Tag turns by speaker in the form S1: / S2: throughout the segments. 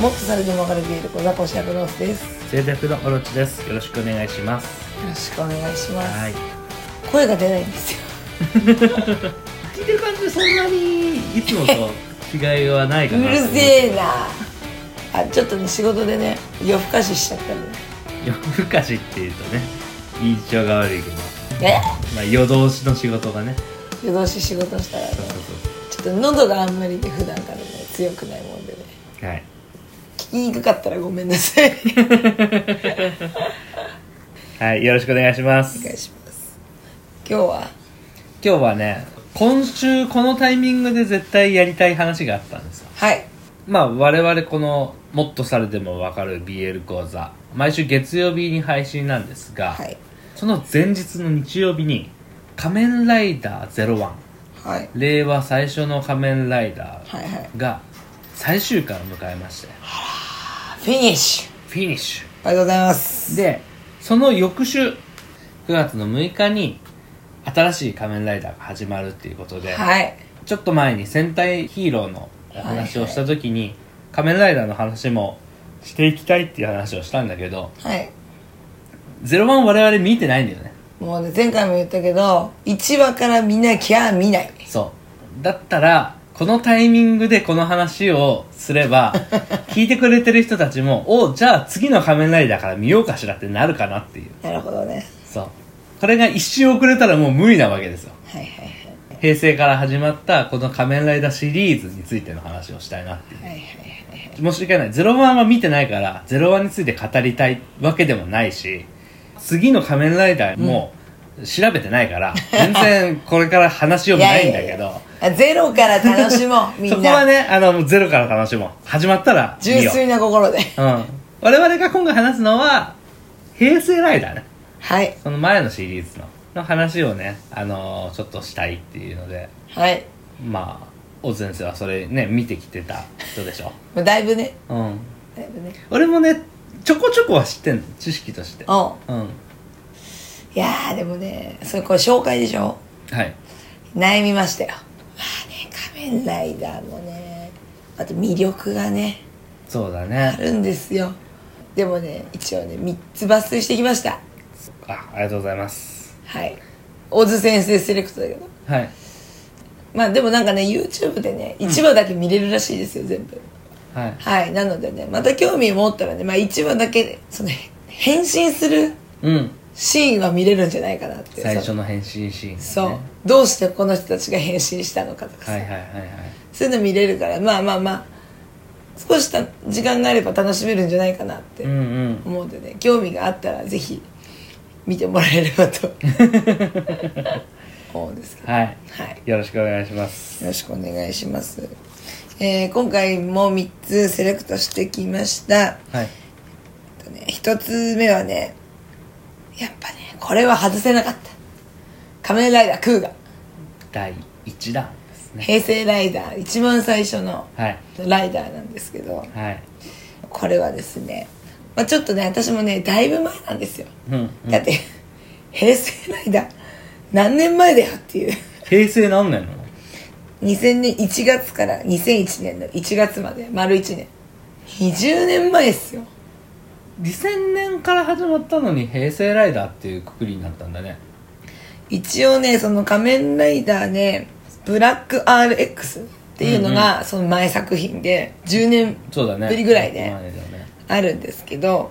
S1: もっと猿にもがれている小雑魚シャクロースですよ
S2: 静寂のオロチですよろしくお願いします
S1: ろしくお願いします、
S2: はい
S1: 声が出ないんですよ
S2: 聞いてる感じでそんなにいつもと違いはないうかな
S1: るせ
S2: え
S1: えなあちょっとね仕事でね夜更かししちゃったの
S2: 夜更かしっていうとね印象が悪いけど
S1: え
S2: まあ夜通しの仕事がね
S1: 夜通し仕事したらね
S2: そうそう
S1: ちょっと喉があんまりね普段からね強くないもんでね
S2: そうはい
S1: 聞きにくかったらごめんなさい
S2: はいよろしくお願いしま
S1: お
S2: す
S1: 願いします今日は
S2: 今日はね今週このタイミングで絶対やりたい話があったんですよ
S1: はい
S2: まあ我々この「もっとされてもわかる BL 講座」毎週月曜日に配信なんですが、
S1: はい
S2: その前日の日曜日に「仮面ライダー01」
S1: はい
S2: 令和最初の仮面ライダ
S1: はいはい
S2: ーが最終回を迎えまして
S1: あフィニッシュ
S2: フィニッシ
S1: ありがとうございます
S2: ュでその翌週9月の6日に新しい仮面ライダーが始まるっていうことで、
S1: はい
S2: ちょっと前に戦隊ヒーローのお話をした時に、仮面ライダーの話もしていきたいっていう話をしたんだけど
S1: はい
S2: 「ゼロワン我々見てないんだよね
S1: もうね前回も言ったけど1話から見なきゃ見ない
S2: そうだったらこのタイミングでこの話をすれ ば聞いてくれてる人たちもおじゃあ次の仮面ライダーから見ようかしらってなるかなっていう
S1: なるほどね
S2: そうこれが一周遅れたらもう無理なわけですよ
S1: はいはいはい
S2: 平成から始まったこの仮面ライダーシリーズについての話をしたいなっていう
S1: はいはいはい
S2: 申し訳ない「ゼロワンは見てないから「ゼロワンについて語りたいわけでもないし次の「仮面ライダー」も調べてないから、全然これから話を
S1: い
S2: 見な
S1: や
S2: いん
S1: い
S2: だ
S1: や
S2: け
S1: い
S2: ど
S1: やあゼロから楽しも うみ
S2: そ
S1: ん
S2: こは
S1: な
S2: ねあのもうゼロから楽しもう始まったら見
S1: 純
S2: よう、う
S1: 粋な心で
S2: ん、我々が今回話すのは平成ライダーね
S1: はい
S2: その前のシリーズのの話をね、あのーちょっとしたいっていうので
S1: はい
S2: まあ小津先生はそれね見てきてた人でしょ、
S1: もうだいぶね
S2: うん、
S1: だいぶね
S2: 俺もねちょこちょこは知ってんの知識として
S1: うん
S2: うん
S1: いやーでもねそれこれ紹介でしょ
S2: はい
S1: 悩みましたよまあね仮面ライダーもねあと魅力がね
S2: そうだ
S1: あ
S2: ね
S1: るんですよでもね一応ね3つ抜粋してきました
S2: あありがとうございます
S1: はい小津先生セレクトだけど
S2: はい
S1: まあでもなんかね YouTube でね1話だけ見れるらしいですよ全部
S2: はい
S1: はいなのでねまた興味持ったらね、まあ、1話だけその変身する
S2: うん
S1: シーンは見れるんじゃないかなって
S2: 最初の変身シーン、ね、
S1: そう、どうしてこの人たちが変身したのかとかさ、
S2: はいはいはいはい
S1: そういうの見れるからまあまあまあ少した時間があれば楽しめるんじゃないかなっ
S2: う
S1: て
S2: んうん
S1: 思うんでね、興味があったらぜひ見てもらえればと思うんですけど
S2: はい
S1: はい
S2: よろしくお願いします
S1: よろしくお願いします、えー今回も3つセレクトしてきました
S2: はい
S1: えっとね一つ目はねやっぱねこれは外せなかった「仮面ライダークーガ」
S2: 第1弾ですね
S1: 平成ライダー一番最初の
S2: はい
S1: ライダーなんですけど
S2: はい
S1: これはですね、まあ、ちょっとね私もねだいぶ前なんですよ、
S2: うん、うん
S1: だって平成ライダー何年前だよっていう
S2: 平成何年なの
S1: 2000年1月から2001年の1月まで丸1年20年前っすよ
S2: 2000年から始まったのに平成ライダーっていうくくりになったんだね
S1: 一応ねその仮面ライダーねブラック RX っていうのがその前作品で10年
S2: そうだね
S1: ぶりぐらいね
S2: 前だよね
S1: あるんですけど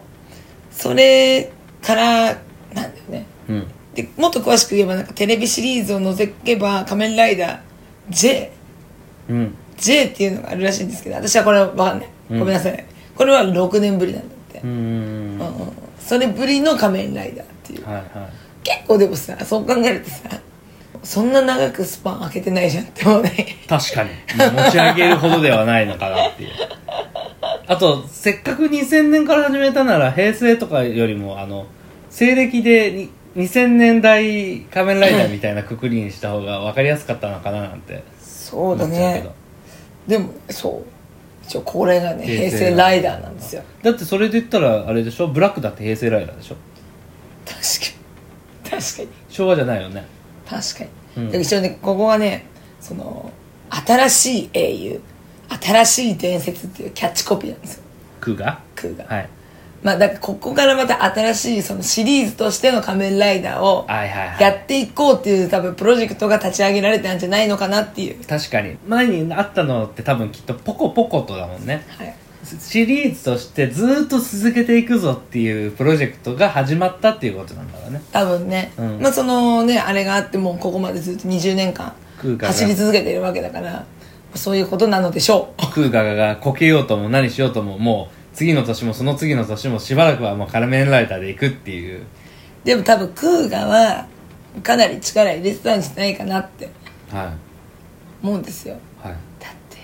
S1: それからなんだよね
S2: うん
S1: でもっと詳しく言えばなんかテレビシリーズを除けば仮面ライダー J
S2: うん、
S1: J っていうのがあるらしいんですけど私はこれわかんないごめんなさい、これは6年ぶりなんだって、
S2: うーん
S1: うん
S2: は
S1: うんうん、それぶりの仮面ライダーっていう
S2: いはい
S1: 結構でもさそう考えるとさそんな長くスパン開けてないじゃんって思うね
S2: 確かに持ち上げるほどではないのかなっていうあとせっかく2000年から始めたなら平成とかよりもあの西暦でに2000年代仮面ライダーみたいなくくりにした方が分かりやすかったのかななんて
S1: そ
S2: 思
S1: うだ
S2: っちゃうけ
S1: ね
S2: ど
S1: でもそう一応これがね平
S2: 平成
S1: 成ライダーなんですよ
S2: だってそれで言ったらあれでしょブラックだって平成ライダーでしょ
S1: 確かに確かに
S2: 昭和じゃないよね
S1: 確かに、
S2: うん
S1: だから一応ねここはねその新しい英雄新しい伝説っていうキャッチコピーなんですよ
S2: クが
S1: クが、
S2: はい
S1: まあだからここからまた新しいそのシリーズとしての仮面ライダーを
S2: はいはいはい
S1: やっていこうっていう多分プロジェクトが立ち上げられたんじゃないのかなっていう
S2: 確かに前にあったのって多分きっとポコポコとだもんね
S1: はい
S2: シリーズとしてずーっと続けていくぞっていうプロジェクトが始まったっていうことなんだろうね
S1: 多分ね、
S2: うん
S1: まあそのねあれがあってもうここまでずっと20年間
S2: 空間が
S1: 走り続けてるわけだからそういうことなのでしょう
S2: 空ガガがこけようとも何しようとももう次の年もその次の年もしばらくはもうカラメンライターでいくっていう
S1: でも多分クーガはかなり力入れてたんじゃないかなって
S2: は
S1: 思うんですよ
S2: いはい
S1: だって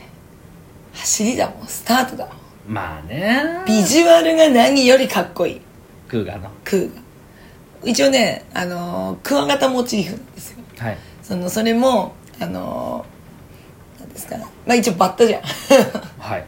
S1: 走りだもんスタートだもん
S2: まあね
S1: ビジュアルが何よりかっこいい
S2: 空ガの
S1: クーガ一応ねあのークワガタモチーフなんですよ
S2: はい
S1: そのそれもあのーなんですかまあ一応バッタじゃん
S2: はい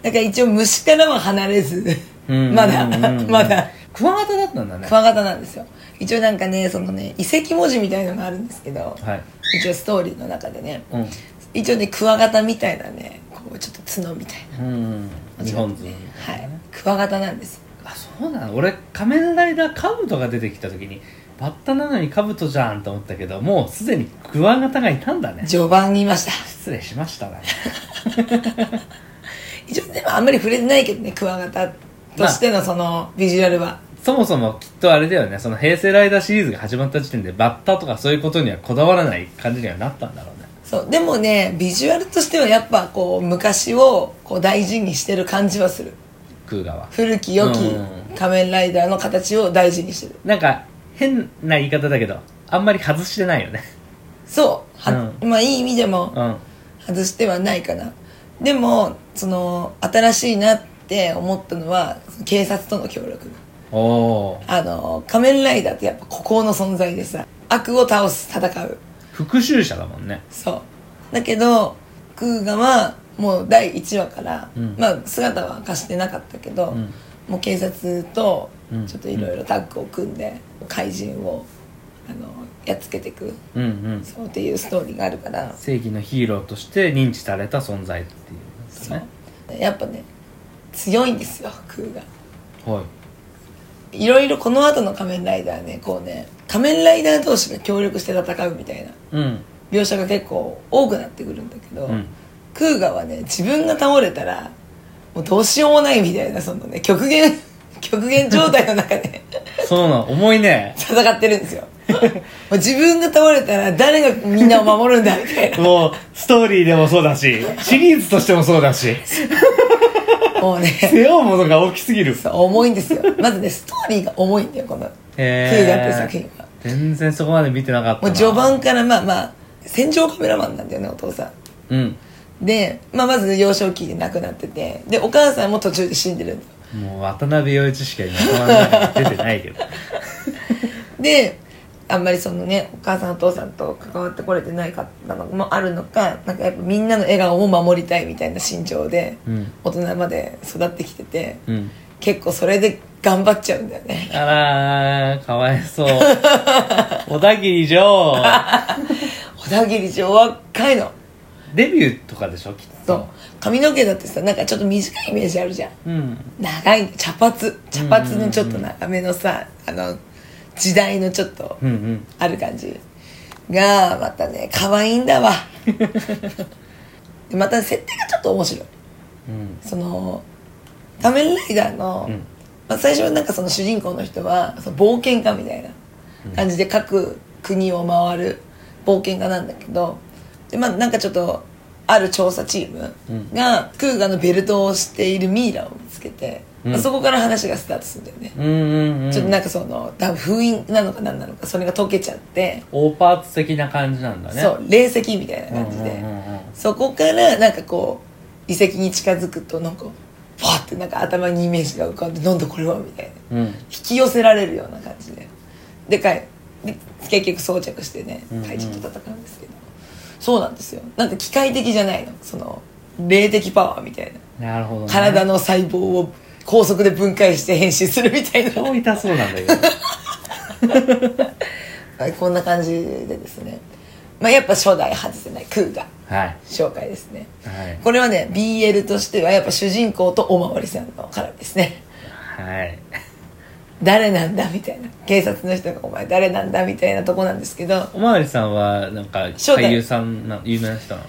S1: だから一応虫からは離れず
S2: うん
S1: まだ
S2: うんうんうん
S1: まだ
S2: クワガタだったんだね
S1: クワガタなんですよ一応なんかねそのね遺跡文字みたいのがあるんですけど、
S2: はい
S1: 一応ストーリーの中でね
S2: うん
S1: 一応ねクワガタみたいなねこうちょっと角みたい
S2: うん
S1: な
S2: 日本図
S1: ねはいクワガタなんですよ
S2: あそうなの俺仮面ライダーカブトが出てきた時にバッタなのにカブトじゃんと思ったけどもうすでにクワガタがいたんだね
S1: 序盤にいました
S2: 失礼しましたね
S1: 一応でもあんまり触れてないけどねクワガタとしてのそのビジュアルは、
S2: そもそもきっとあれだよねその平成ライダーシリーズが始まった時点でバッタとかそういうことにはこだわらない感じにはなったんだろうね
S1: そうでもねビジュアルとしてはやっぱこう昔をこう大事にしてる感じはする
S2: クーガは
S1: 古き良き
S2: うん
S1: 仮面ライダーの形を大事にしてる
S2: なんか変な言い方だけどあんまり外してないよね
S1: そうは、まあいい意味でも
S2: うん
S1: 外してはないかなでもその新しいなって思ったのは警察との協力
S2: おお
S1: あの仮面ライダーってやっぱ孤高の存在でさ悪を倒す戦う
S2: 復讐者だもんね
S1: そうだけどクーガはもう第1話から、
S2: うん
S1: まあ姿は明かしてなかったけど、
S2: うん
S1: もう警察と
S2: うん
S1: ちょっといろいろタッグを組んで怪人をあのやっつけていく
S2: うんうん
S1: そうっていうストーリーがあるから
S2: 正義のヒーローとして認知された存在っていうこと
S1: そう
S2: ね
S1: やっぱね強いんですよクーガ
S2: はい
S1: いろいろこの後の仮面ライダーねこうね仮面ライダー同士が協力して戦うみたいな
S2: うん
S1: 描写が結構多くなってくるんだけど、
S2: うん
S1: クーガはね自分が倒れたらもうどうしようもないみたいなそのね極限 極限状態の中で
S2: そうなの重いね
S1: 戦ってるんです よもう自分が倒れたら誰がみんなを守るんだみたいな
S2: もうストーリーでもそうだしシリーズとしてもそうだし
S1: もうね
S2: 背負うものが大きすぎる
S1: そう重いんですよまずねストーリーが重いんだよこのク
S2: へ
S1: ーガっていう作品は
S2: 全然そこまで見てなかった
S1: も
S2: な
S1: う序盤からまあまあ戦場カメラマンなんだよねお父さん
S2: うん
S1: で、まあ、まず幼少期で亡くなっててでお母さんも途中で死んでるんだよ
S2: もう渡辺陽一しか今頭の中に出てない けど
S1: であんまりそのねお母さんお父さんと関わってこれてないかったのもあるのかなんかやっぱみんなの笑顔を守りたいみたいな心情で、
S2: うん
S1: 大人まで育ってきてて、
S2: うん
S1: 結構それで頑張っちゃうんだよね
S2: あらーかわいそう 小田切城
S1: 小田切城若いの
S2: デビューとかでしょきっ
S1: そう
S2: と
S1: 髪の毛だってさなんかちょっと短いイメージあるじゃん
S2: うん
S1: 長い茶髪茶髪のちょっと長めのさ、あの時代のちょっと
S2: うんうん
S1: ある感じがまたね可愛いんだわ でまた設定がちょっと面白い
S2: うん
S1: その仮面ライダーの、
S2: うん
S1: まあ、最初はなんかその主人公の人はその冒険家みたいな感じで各国を回る冒険家なんだけどでまあなんかちょっとある調査チームが、クーガのベルトをしているミイラを見つけて、
S2: うん
S1: まあそこから話がスタートするんだよね、
S2: うんうんうん
S1: ちょっとなんかその多分封印なのか何なのかそれが解けちゃって、
S2: オーパーツ的な感じなんだね
S1: そう霊石みたいな感じで、
S2: うんうんうんうん
S1: そこからなんかこう遺跡に近づくとなんかファってなんか頭にイメージが浮かんでなんだこれはみたいな
S2: うん
S1: 引き寄せられるような感じででかいで結局装着してね
S2: うんうん
S1: 怪人と戦うんですけど、そうなんですよなんか機械的じゃないのその霊的パワーみたいな
S2: なるほど、ね、
S1: 体の細胞を高速で分解して変身するみたいな
S2: 超痛そうなんだけど
S1: はいこんな感じでですね、まあ、やっぱ初代外せないクーガ
S2: はい。
S1: 紹介ですね
S2: はい。
S1: これはね BL としてはやっぱ主人公とおまわりさんの絡みですね
S2: はい。
S1: 誰なんだみたいな警察の人が「お前誰なんだ?」みたいなとこなんですけど
S2: おまわりさんは、なんか、
S1: 初代
S2: 俳優さんな、有名な人なの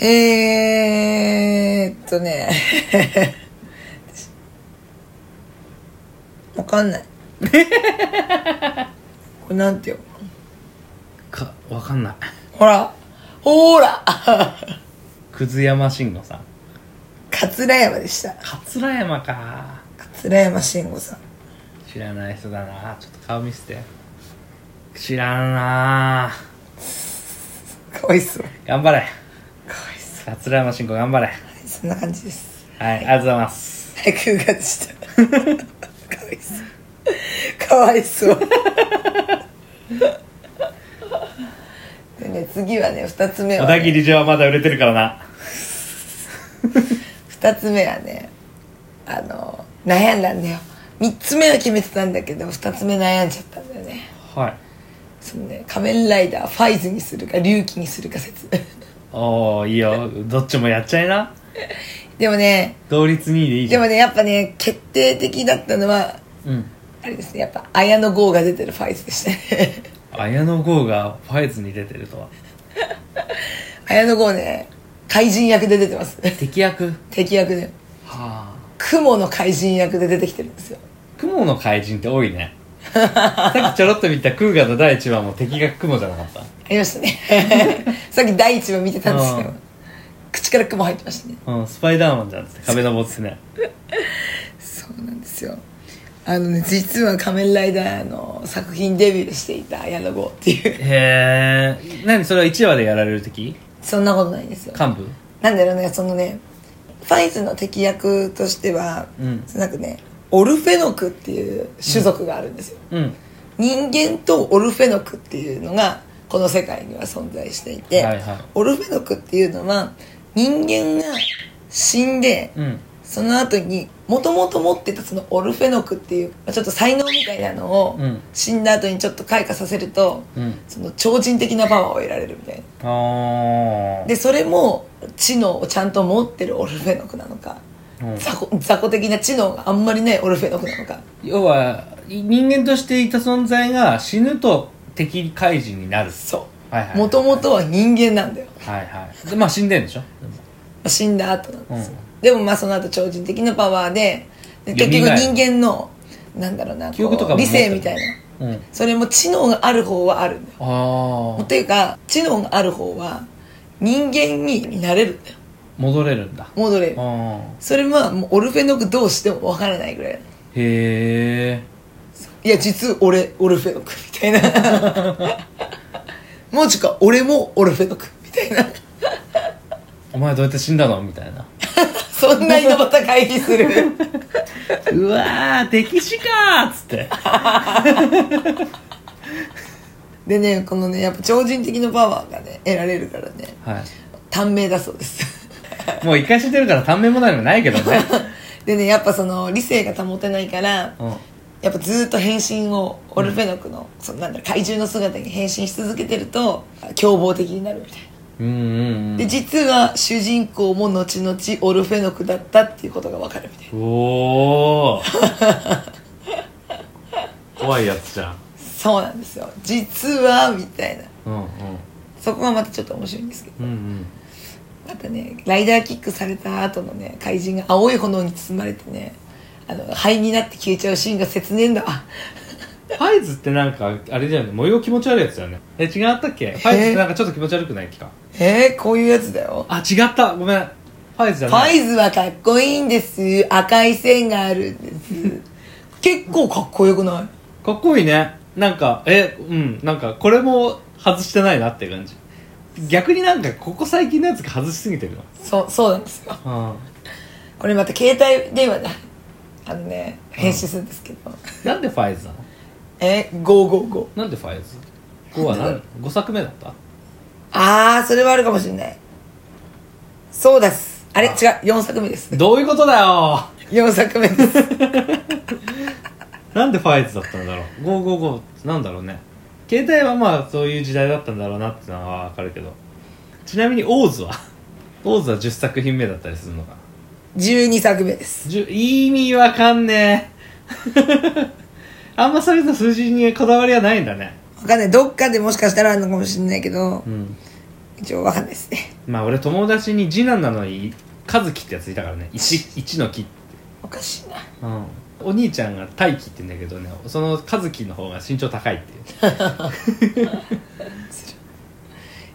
S1: えー、っとね わかんない これなんてよ
S2: か、わかんない。
S1: ほらほーら
S2: 葛山慎吾さん。
S1: 桂山でした
S2: 桂山か。
S1: 桂山慎吾さん
S2: 知らない人だな。ちょっと顔見せて。知らんな。
S1: かわいそう
S2: 頑張れ。
S1: かわいそ
S2: 桂山慎吾頑張れ。
S1: うそんな感じです
S2: はい、ありがとうござい ます。
S1: はい空間でしたかわいそうかわいそうでね次はね2つ目
S2: 小
S1: は、
S2: 田切
S1: ね、
S2: 城はまだ売れてるからな。
S1: 2つ目はねあの悩んだんだよ3つ目は決めてたんだけど2つ目悩んじゃったんだよね
S2: はい。
S1: そのね仮面ライダーファイズにするか龍騎にするか説
S2: おー、いいよ。どっちもやっちゃいな。
S1: でもね
S2: 同率2位でいいじ
S1: で
S2: ゃん。
S1: もねやっぱね決定的だったのは
S2: うん。
S1: あれですねやっぱ綾野剛が出てるファイズでしたね
S2: 綾野剛がファイズに出てるとは。
S1: 綾野剛ね怪人役で出てます
S2: 敵役
S1: 敵役で
S2: はあ。
S1: 雲の怪人役で出てきてるんですよ
S2: 雲の怪人って多いね。さっきちょろっと見たクーガの第1話も敵が雲じゃなかった。
S1: ありましたね さっき第一話見てたんですけ
S2: う
S1: ど
S2: ん
S1: 口から雲入ってましたね
S2: うん、スパイダーマンじゃんって壁登ってね。
S1: そうなんですよあのね実は「仮面ライダー」の作品デビューしていた綾野剛っていう
S2: へえ。なにそれは1話でやられる敵
S1: そんなことないんですよ
S2: 幹部
S1: なんだろうねそのねファイズの敵役としては、
S2: うん
S1: なんかねオルフェノクっていう種族があるんですよ、
S2: うん。
S1: 人間とオルフェノクっていうのがこの世界には存在していて、
S2: はいはい
S1: オルフェノクっていうのは人間が死んで、
S2: うん。
S1: その後にもともと持ってたそのオルフェノクっていうちょっと才能みたいなのを
S2: うん
S1: 死んだ後にちょっと開花させると、
S2: うん
S1: その超人的なパワーを得られるみたいな
S2: あー。
S1: でそれも知能をちゃんと持ってるオルフェノクなのか
S2: うん
S1: 雑魚雑魚的な知能があんまりないオルフェノクなのか
S2: 要は、い人間としていた存在が死ぬと敵怪人になる。
S1: そ
S2: はいはいは
S1: う
S2: い。
S1: もともとは人間なんだよ
S2: はいはい。で、まあ死んでんでしょでも
S1: 死んだ後なんですよ、
S2: う
S1: でもまあその後超人的なパワーでで結局
S2: 蘇る
S1: 人間のなんだろうなこう
S2: 記憶とかも
S1: 理
S2: 持ってる
S1: 性みたいな
S2: うん。
S1: それも知能がある方はあるんだよ
S2: ああ
S1: というか知能がある方は人間になれるんだよ
S2: 戻れるんだあ
S1: 戻れる
S2: あ
S1: それはもうオルフェノクどうしても分からないぐらい
S2: へえ
S1: いや実は俺オルフェノクみたいな マジか俺もオルフェノクみたいな
S2: お前どうやって死んだのみたいな
S1: そんな井戸端会議する
S2: うわー敵死かーっつって
S1: でねこのねやっぱ超人的なパワーがね得られるからね
S2: は
S1: 短命だそうです
S2: いもう一回死んでるから短命もないのないけどね
S1: でねやっぱその理性が保てないから
S2: うん
S1: やっぱずっと変身をオルフェノクの,、そのなんだろう怪獣の姿に変身し続けてると凶暴的になるみたい
S2: うんうん
S1: なで実は主人公も後々オルフェノクだったっていうことが分かるみたいな
S2: うんおお怖いやつじゃん
S1: そうなんですよ実はみたいな
S2: うんうん
S1: そこがまたちょっと面白いんですけど
S2: うんうん
S1: またねライダーキックされた後のね怪人が青い炎に包まれてねあの灰になって消えちゃうシーンが切ねえんだわ
S2: ファイズってなんかあれじゃね模様気持ち悪いやつだよねえ違ったっけファイズってなんかちょっと気持ち悪くないっけか
S1: えー、こういうやつだよ
S2: あ違ったごめんファイズじゃ
S1: ファ
S2: ない
S1: イズはかっこいいんです赤い線があるんです結構かっこよくない
S2: かっこいいねなんかえうんなんかこれも外してないなっていう感じ逆になんかここ最近のやつが外しすぎてるな
S1: そうそうなんですよ
S2: うん
S1: これまた携帯電話であのね編集するんですけど、
S2: なんでファイズなの
S1: え555
S2: なんでファイズ5は
S1: なん
S2: 何5作目だった
S1: ああそれはあるかもしれないそうですあれ違う
S2: あ
S1: 4作目です
S2: どういうことだよ
S1: 4作目 です
S2: なんでファイズだったんだろう555なんだろうね携帯はまあそういう時代だったんだろうなってのは分かるけどちなみにオーズはオーズは10作品目だったりするのかな
S1: 12作目です
S2: じゅ意味わかんねえ あんまそういうの数字にこだわりはないんだね
S1: わかんないどっかでもしかしたらあるのかもしれないけど
S2: うん
S1: 一応わかんないですね
S2: まあ俺友達に次男なのに和樹ってやついたからね一一の木
S1: おかしいな
S2: うんお兄ちゃんが大輝って言うんだけどねその和樹の方が身長高いっていう
S1: じゃあ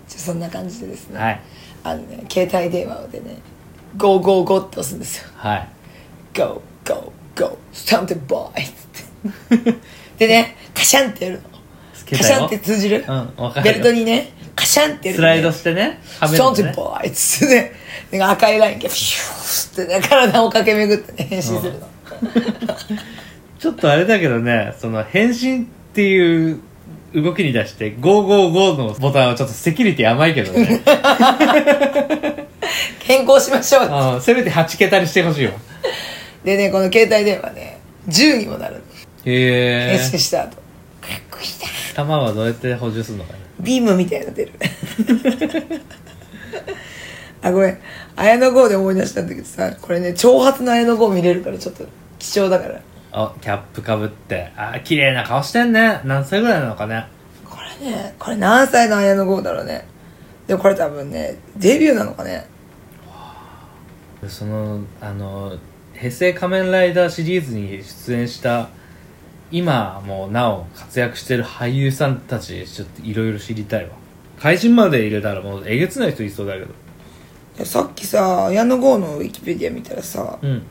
S1: そんな感じでですね、
S2: はい
S1: あのね携帯電話でね「ゴーゴーゴー」って押すんですよ
S2: はい
S1: 「ゴーゴーゴースタンテボーイ」っつ ってでねカシャンってやるのカシャンって通じる、
S2: うんわかる
S1: ベ
S2: よ
S1: ルトにねカシャンってやる
S2: ス
S1: のね
S2: ライドしてねはめ
S1: ストン
S2: る
S1: テ
S2: のね
S1: ボーイっつってねなんか赤いラインがピューってね体を駆け巡ってね変身するの、
S2: ちょっとあれだけどねその変身っていう動きに出して555のボタンはちょっとセキュリティ甘いけどね
S1: 変更しましょうって
S2: うんせめて8桁にしてほしいよ
S1: でねこの携帯電話ね10にもなるの
S2: へ
S1: 変
S2: え
S1: 身した後かっこいいな
S2: 弾はどうやって補充するのかね
S1: ビームみたいなの 出るあごめん綾野剛で思い出したんだけどさこれね長髪の綾野剛見れるからちょっと貴重だから
S2: あキャップかぶってあ綺麗な顔してんね何歳ぐらいなのかね
S1: これねこれ何歳の綾野剛だろうねでもこれ多分ねデビューなのかね
S2: そのあの平成仮面ライダーシリーズに出演した今もなお活躍してる俳優さんたちちょっといろいろ知りたいわ怪人まで入れたらもうえげつない人いそうだけど
S1: いやさっきさ綾野剛のウィキペディア見たらさ
S2: うん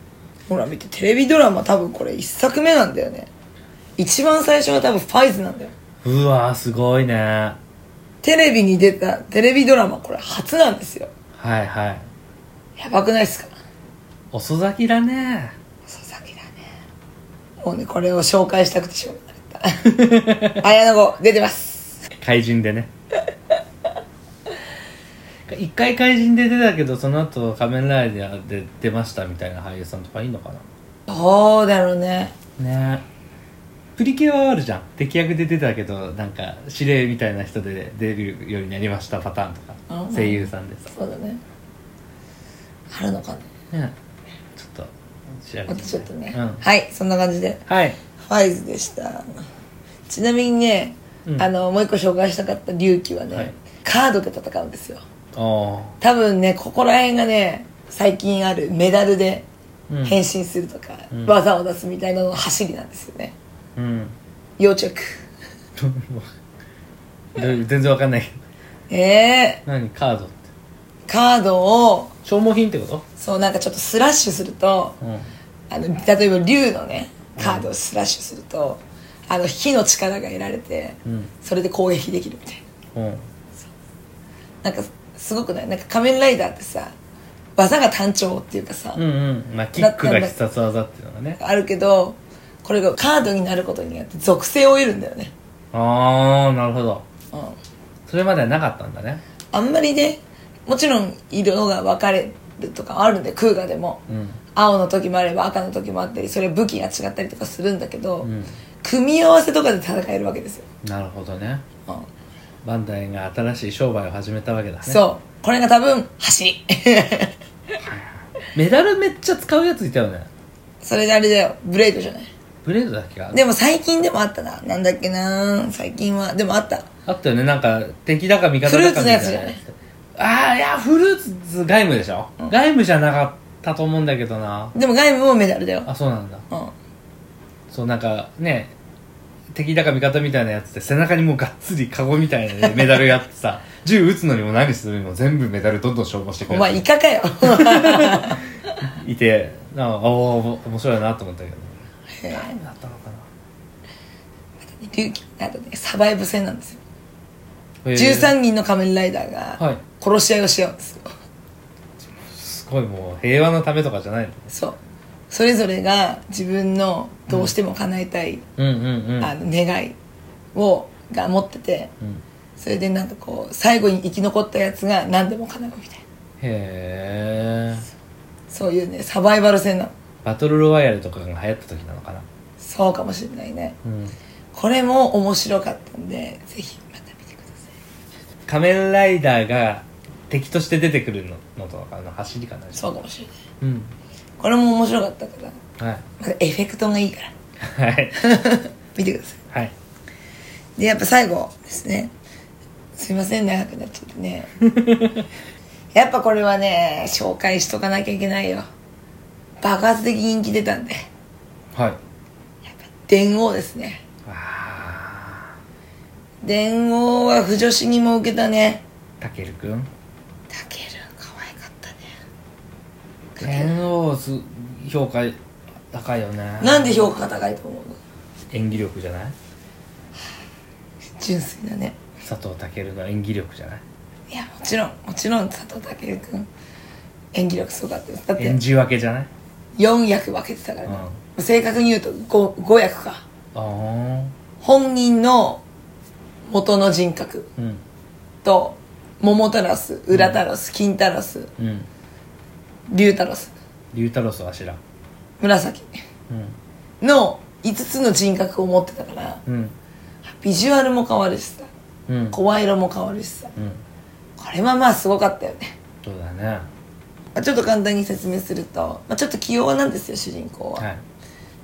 S1: ほら見てテレビドラマ多分これ1作目なんだよね一番最初は多分ファイズなんだよ
S2: うわーすごいねは
S1: テレビに出たテレビドラマこれ初なんですよ
S2: いはい
S1: やばくないっすか
S2: 遅咲きだね
S1: 佐々木だねもうねこれを紹介したくてしょうがなかった 綾野剛出てます
S2: 怪人でね 一回怪人で出たけどその後仮面ライダーで出ましたみたいな俳優さんとかいいのか
S1: どうだろうね
S2: なねプリキュアはあるじゃん敵役で出たけどなんか司令みたいな人で出るようになりましたパターンとか
S1: あー
S2: 声優さんでさ、
S1: そうだねあるのかね
S2: ね、ちょっと調べて
S1: ま
S2: み
S1: た
S2: て
S1: ちょっとね、
S2: うん、
S1: はいそんな感じで
S2: はい
S1: ファイズでしたちなみにね、
S2: うん
S1: あのもう一個紹介したかった龍騎はね、
S2: はい
S1: カードで戦うんですよ
S2: おー
S1: 多分ねここら辺がね最近あるメダルで
S2: うん
S1: 変身するとか、
S2: うん
S1: 技を出すみたいなのの走りなんですよね
S2: うん
S1: 要チェック
S2: 全然わかんないけ ど
S1: ええ
S2: 何カードって
S1: カードを
S2: 消耗品ってこ
S1: そうなんかちょっとスラッシュすると
S2: とうん
S1: あの例えば竜のねカードをスラッシュすると、あの火の力が得られて、
S2: うん
S1: それで攻撃できるみたい
S2: うん
S1: ななんかすごくないなんか仮面ライダーってさ技が単調っていうかさ、
S2: うんうんまあキックが必殺技っていうのがね
S1: あるけどこれがカードになることによって属性を得るんだよね、
S2: ああなるほど
S1: うん、
S2: それまではなかったんだね
S1: あんまりねもちろん色が分かれるとかあるんでクーガでも、
S2: うん
S1: 青の時もあれば赤の時もあったりそれは武器が違ったりとかするんだけど、
S2: うん
S1: 組み合わせとかで戦えるわけですよ、
S2: なるほどね
S1: うん
S2: バンダイが新しい商売を始めたわけだね
S1: そうこれが多分走り
S2: メダルめっちゃ使うやついたよね
S1: それであれだよブレードじゃない
S2: ブレードだっけか
S1: でも最近でもあったななんだっけな最近はでもあった
S2: あったよねなんか敵だか味方だかみたい
S1: フル
S2: な
S1: ーツのやつ
S2: ああいやフルーツ外務でしょ、外務じゃなかったと思うんだけどな
S1: でも外部もメダルだよ
S2: あそうなんだ
S1: うん
S2: そうなんかね敵だか味方みたいなやつって背中にもうがっつりカゴみたいなねメダルやってさ 銃撃つのにも何するにも全部メダルどんどん消耗してく
S1: お
S2: れ
S1: 前イカか よ
S2: いてああおお面白いなと思ったけど
S1: え
S2: 何だったのかな
S1: 龍騎あとねサバイブ戦なんですよ、
S2: へえ
S1: 13人の仮面ライダー
S2: は
S1: が
S2: い
S1: 殺し合いをしようんですよ
S2: すごいもう平和のためとかじゃないの
S1: そうそれぞれが自分のどうしても叶えたい、
S2: うんうんうん
S1: あの願いをが持ってて
S2: うん
S1: それでなんかこう最後に生き残ったやつが何でも叶うみたいな
S2: へえ
S1: そういうねサバイバル戦なの
S2: バトルロワイヤルとかが流行った時なのかな
S1: そうかもしれないね
S2: うん
S1: これも面白かったんでぜひまた見てください
S2: 仮面ライダーが敵として出てくるののとかの走りかな
S1: そうかもしれない
S2: うん
S1: これも面白かったから
S2: はい
S1: まずエフェクトがいいから
S2: はい
S1: 見てくださ
S2: はい
S1: いでやっぱ最後ですねすいません長くなっちゃって ねやっぱこれはね紹介しとかなきゃいけないよ爆発的人気出たんで
S2: はい
S1: 電王ですね
S2: あ
S1: 電王は不女子にも受けたね
S2: たけるくん
S1: たける可愛かったね
S2: 天王す評価高いよね
S1: なんで評価が高いと思うの
S2: 演技力じゃない
S1: 純粋だね
S2: 佐藤健の演技力じゃない
S1: いやもちろんもちろん佐藤健君演技力すごかったですだって
S2: 演じ分けじゃない
S1: 4役分けてたから、ね正確に言うと 5, 5役か
S2: ああ
S1: 本人の元の人格
S2: うん
S1: と桃太郎ス裏太郎ス金太郎ス
S2: うん
S1: 龍太郎ス
S2: 龍太郎とわしら
S1: 紫
S2: う
S1: の5つの人格を持ってたから
S2: んうん
S1: ビジュアルも変わるしさ
S2: うん
S1: 声色も変わるしさ
S2: うん
S1: これはまあすごかったよね
S2: そうだね
S1: まあちょっと簡単に説明すると、まあ、ちょっと器用なんですよ主人公は、
S2: はい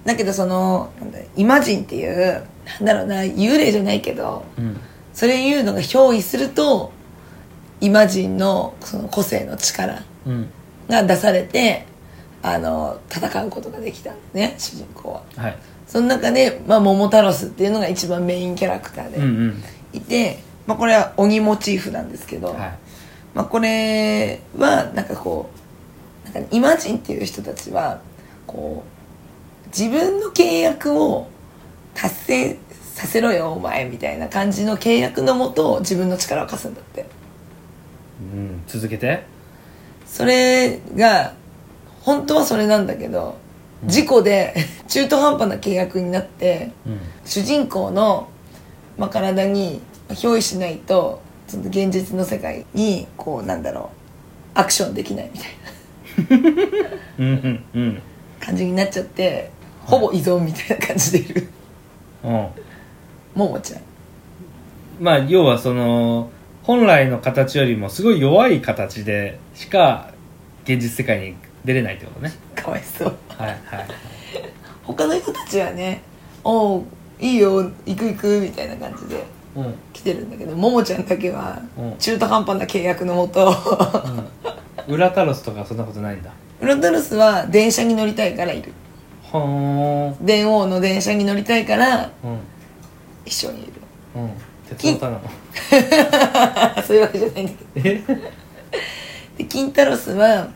S1: だけどそのなんだイマジンっていうなんだろうな幽霊じゃないけど
S2: うん
S1: それいうのが憑依するとイマジンのその個性の力
S2: うん
S1: が出されてあの戦うことができたんですね主人公は
S2: はい
S1: その中で、まあ、桃太郎スっていうのが一番メインキャラクター
S2: うん
S1: でいて、まあ、これは鬼モチーフなんですけ
S2: う
S1: ど、
S2: んはい
S1: まあ、これはなんかこうなんかイマジンっていう人たちはこう自分の契約を達成させろよお前みたいな感じの契約のもと自分の力を貸すんだって
S2: うん続けて
S1: それが本当はそれなんだけど事故で中途半端な契約になって
S2: うん
S1: 主人公の、まあ、体に憑依しないとその現実の世界にこうなんだろうアクションできないみたいな
S2: うんうんうん
S1: 感じになっちゃってほぼ依存みたいな感じでいる
S2: うん
S1: ももちゃん
S2: まあ要はその本来の形よりもすごい弱い形でしか現実世界に出れないってことね
S1: かわいそう
S2: はいはい
S1: 他の人たちはね「おおいいよ行く行く」みたいな感じで
S2: うんうん
S1: 来てるんだけどももちゃんだけは
S2: うん
S1: 中途半端な契約のもと
S2: 裏タロスとかそんなことないんだ
S1: ウラドルスは電車に乗りたいからいる
S2: ほーん
S1: 電王の電車に乗りたいから
S2: うん
S1: 一緒にいる
S2: うん鉄オタな の
S1: そういうわけじゃないんだけど
S2: え
S1: で金太郎スは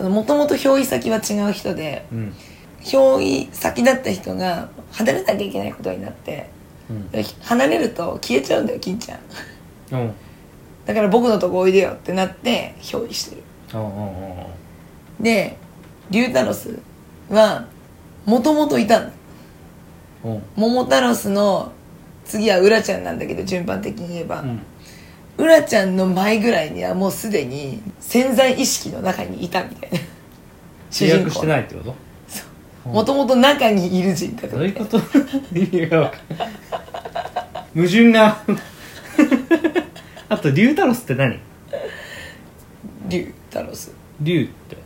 S1: もともと憑依先は違う人で
S2: うん
S1: 憑依先だった人が離れなきゃいけないことになって
S2: うん
S1: 離れると消えちゃうんだよ金ちゃん
S2: うんうん
S1: だから僕のとこおいでよってなって憑依してる
S2: うんうん
S1: で龍太郎スはもともといたの
S2: うん
S1: 桃太郎スの次は浦ちゃんなんだけど順番的に言えば、
S2: うん
S1: 浦ちゃんの前ぐらいにはもうすでに潜在意識の中にいたみたいな
S2: 契約してないいってこと
S1: もともと中にいる人格
S2: どういうこと意味がわかんない矛盾があと龍太郎って何
S1: 龍太郎ス
S2: 龍って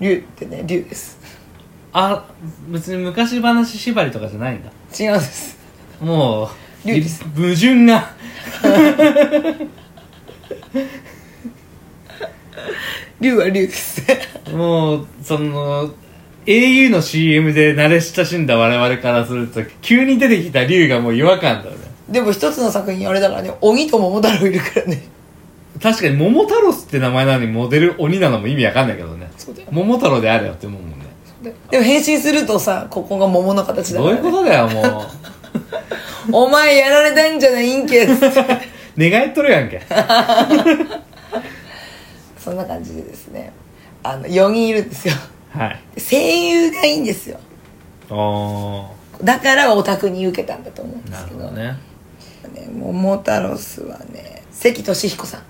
S1: 龍ってね龍です
S2: あ別に昔話縛りとかじゃないんだ
S1: 違うんです
S2: もう
S1: 龍
S2: い
S1: です
S2: 矛盾が
S1: 龍は龍です
S2: もうその au の CM で慣れ親しんだ我々からすると急に出てきた龍がもう違和感だよね
S1: でも一つの作品あれだからね鬼と桃太郎いるからね
S2: 確かに桃太郎って名前なのにモデル鬼なのも意味わかんないけどね
S1: そうだよ
S2: 桃太郎であれよって思うもんね
S1: でも変身するとさここが桃の形だ
S2: ど
S1: か
S2: う
S1: ら、
S2: い
S1: ね、
S2: うことだよもう
S1: お前やられたんじゃないんけっ つって
S2: 願いとるやんけ
S1: そんな感じでですねあの4人いるんですよ
S2: はい
S1: で声優がいいんですよ
S2: おー
S1: だからオタクに受けたんだと思うんで
S2: な
S1: す
S2: る
S1: け
S2: ほ
S1: ど
S2: どね
S1: ね桃太郎スはね関俊彦さん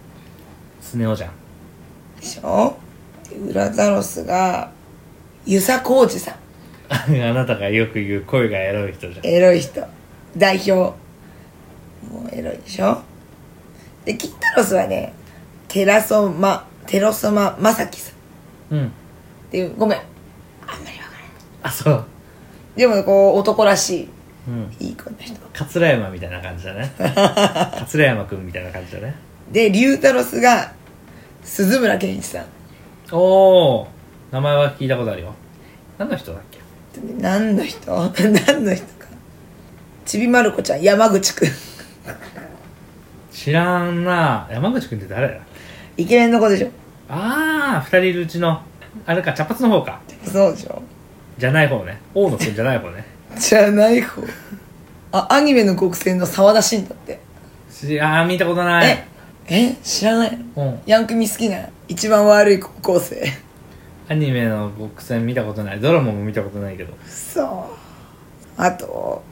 S2: スネ夫じゃん
S1: でしょで裏太郎スが遊佐浩二さん
S2: あなたがよく言う声がエロい人じゃん
S1: エロい人代表もうエロいでしょで金太郎スはねテラソマテロソママサキさんっ
S2: うん
S1: ていうごめん
S2: あそう
S1: でもこう男らし
S2: うん
S1: いいい子の人
S2: 桂山みたいな感じだ ね桂山くんみたいな感じだね
S1: でリュータロスが鈴村健一さん
S2: おお名前は聞いたことあるよ何の人だっけ
S1: 何の人 何の人かちびまる子ちゃん山口くん
S2: 知らんな山口くんって誰だ
S1: イケメンの子でしょ
S2: ああ二人いるうちのあれか茶髪の方か
S1: そうでしょ
S2: じゃない方ね大野くんじゃない方 ね
S1: じゃない方あアニメの極戦の沢田信だって
S2: しああ見たことない
S1: ええ知らないの
S2: うん
S1: ヤンクミ好きな一番悪い高校生
S2: アニメの極戦見たことないドラマも見たことないけど
S1: そうあと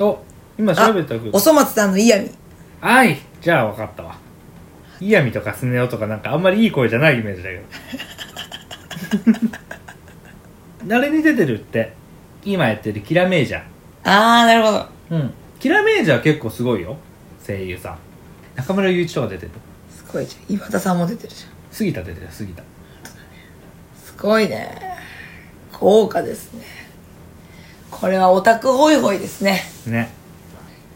S2: お今調べたけど
S1: おそ松さんの嫌味
S2: はいじゃあ分かったわイヤミとかスネ夫とかなんかあんまりいい声じゃないイメージだけど 誰に出てるって今やってるキラメイジャー
S1: ああなるほど
S2: うんキラメイジャー結構すごいよ声優さん中村雄一とか出てる
S1: すごいじゃん岩田さんも出てるじゃん
S2: 杉田出てる杉田
S1: すごいね豪華ですねこれはオタクホイホイですね
S2: ね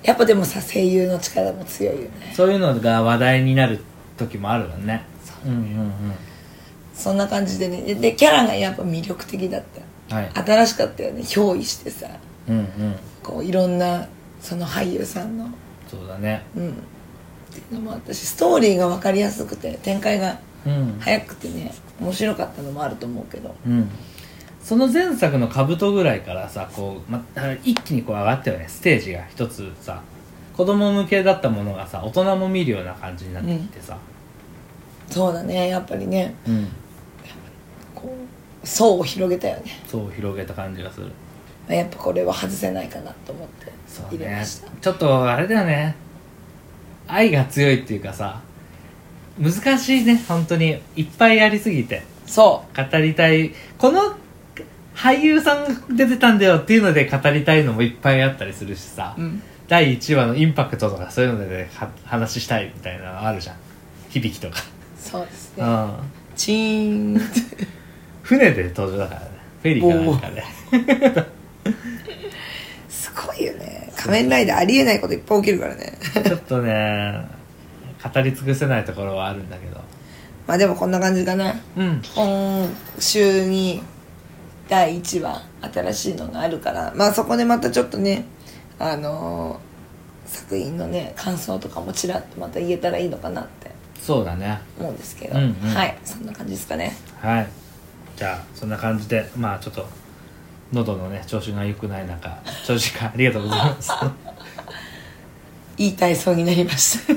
S1: やっぱでもさ声優の力も強いよね
S2: そういうのが話題になる時もあるわねうんうんうん
S1: そんな感じでねででキャラがやっぱ魅力的だっ
S2: はい
S1: た新しかったよね憑依してさ
S2: うんうん
S1: こういろんなその俳優さんの
S2: そうだね
S1: うんっていうのもあったしストーリーが分かりやすくて展開が
S2: うん
S1: 早くてね面白かったのもあると思うけど
S2: うん、その前作の「兜ぐらいからさこう、ま、あ一気にこう上がったよねステージが一つさ子供向けだったものがさ大人も見るような感じになってきてさ、
S1: そうだねやっぱりね
S2: うん、
S1: こう層を広げたよね
S2: そう広げた感じがする
S1: まあやっぱこれは外せないかなと思って
S2: そう
S1: 入れ
S2: ね
S1: ました、
S2: ちょっとあれだよね愛が強いっていうかさ難しいね本当にいっぱいやりすぎて
S1: そ
S2: 語りたいこの俳優さんが出てたんだよっていうので語りたいのもいっぱいあったりするしさ、
S1: う、うん、
S2: 第1話のインパクトとかそういうので、ね、は話したいみたいなのあるじゃん響きと
S1: そうですね
S2: か、うん、
S1: チーンって
S2: 船で登場だからねフェリーかなんかで、
S1: すごいよね仮面ライダーありえないこといっぱい起きるからね
S2: ちょっとね語り尽くせないところはあるんだけど
S1: まあでもこんな感じかな
S2: うん
S1: 今週に第1話新しいのがあるからまあそこでまたちょっとねあのー作品のね感想とかもちらっとまた言えたらいいのかなって
S2: そうだね
S1: 思うんですけど、
S2: うんうん
S1: はいそんな感じですかね
S2: はいじゃあそんな感じでまあちょっと喉のね調子が良くない中調子がありがとうございます
S1: いい体操になりました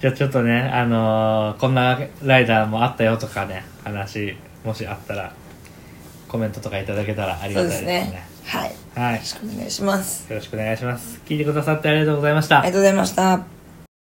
S2: じゃあちょっとねあのーこんなライダーもあったよとかね話もしあったらコメントとかいただけたらあり
S1: そ
S2: が
S1: う
S2: たい
S1: で
S2: ですす
S1: ね
S2: ね
S1: はいよ
S2: はい
S1: ろしくお願いします
S2: よろしくお願いします。聞いてくださってありがとうございました。
S1: ありがとうございました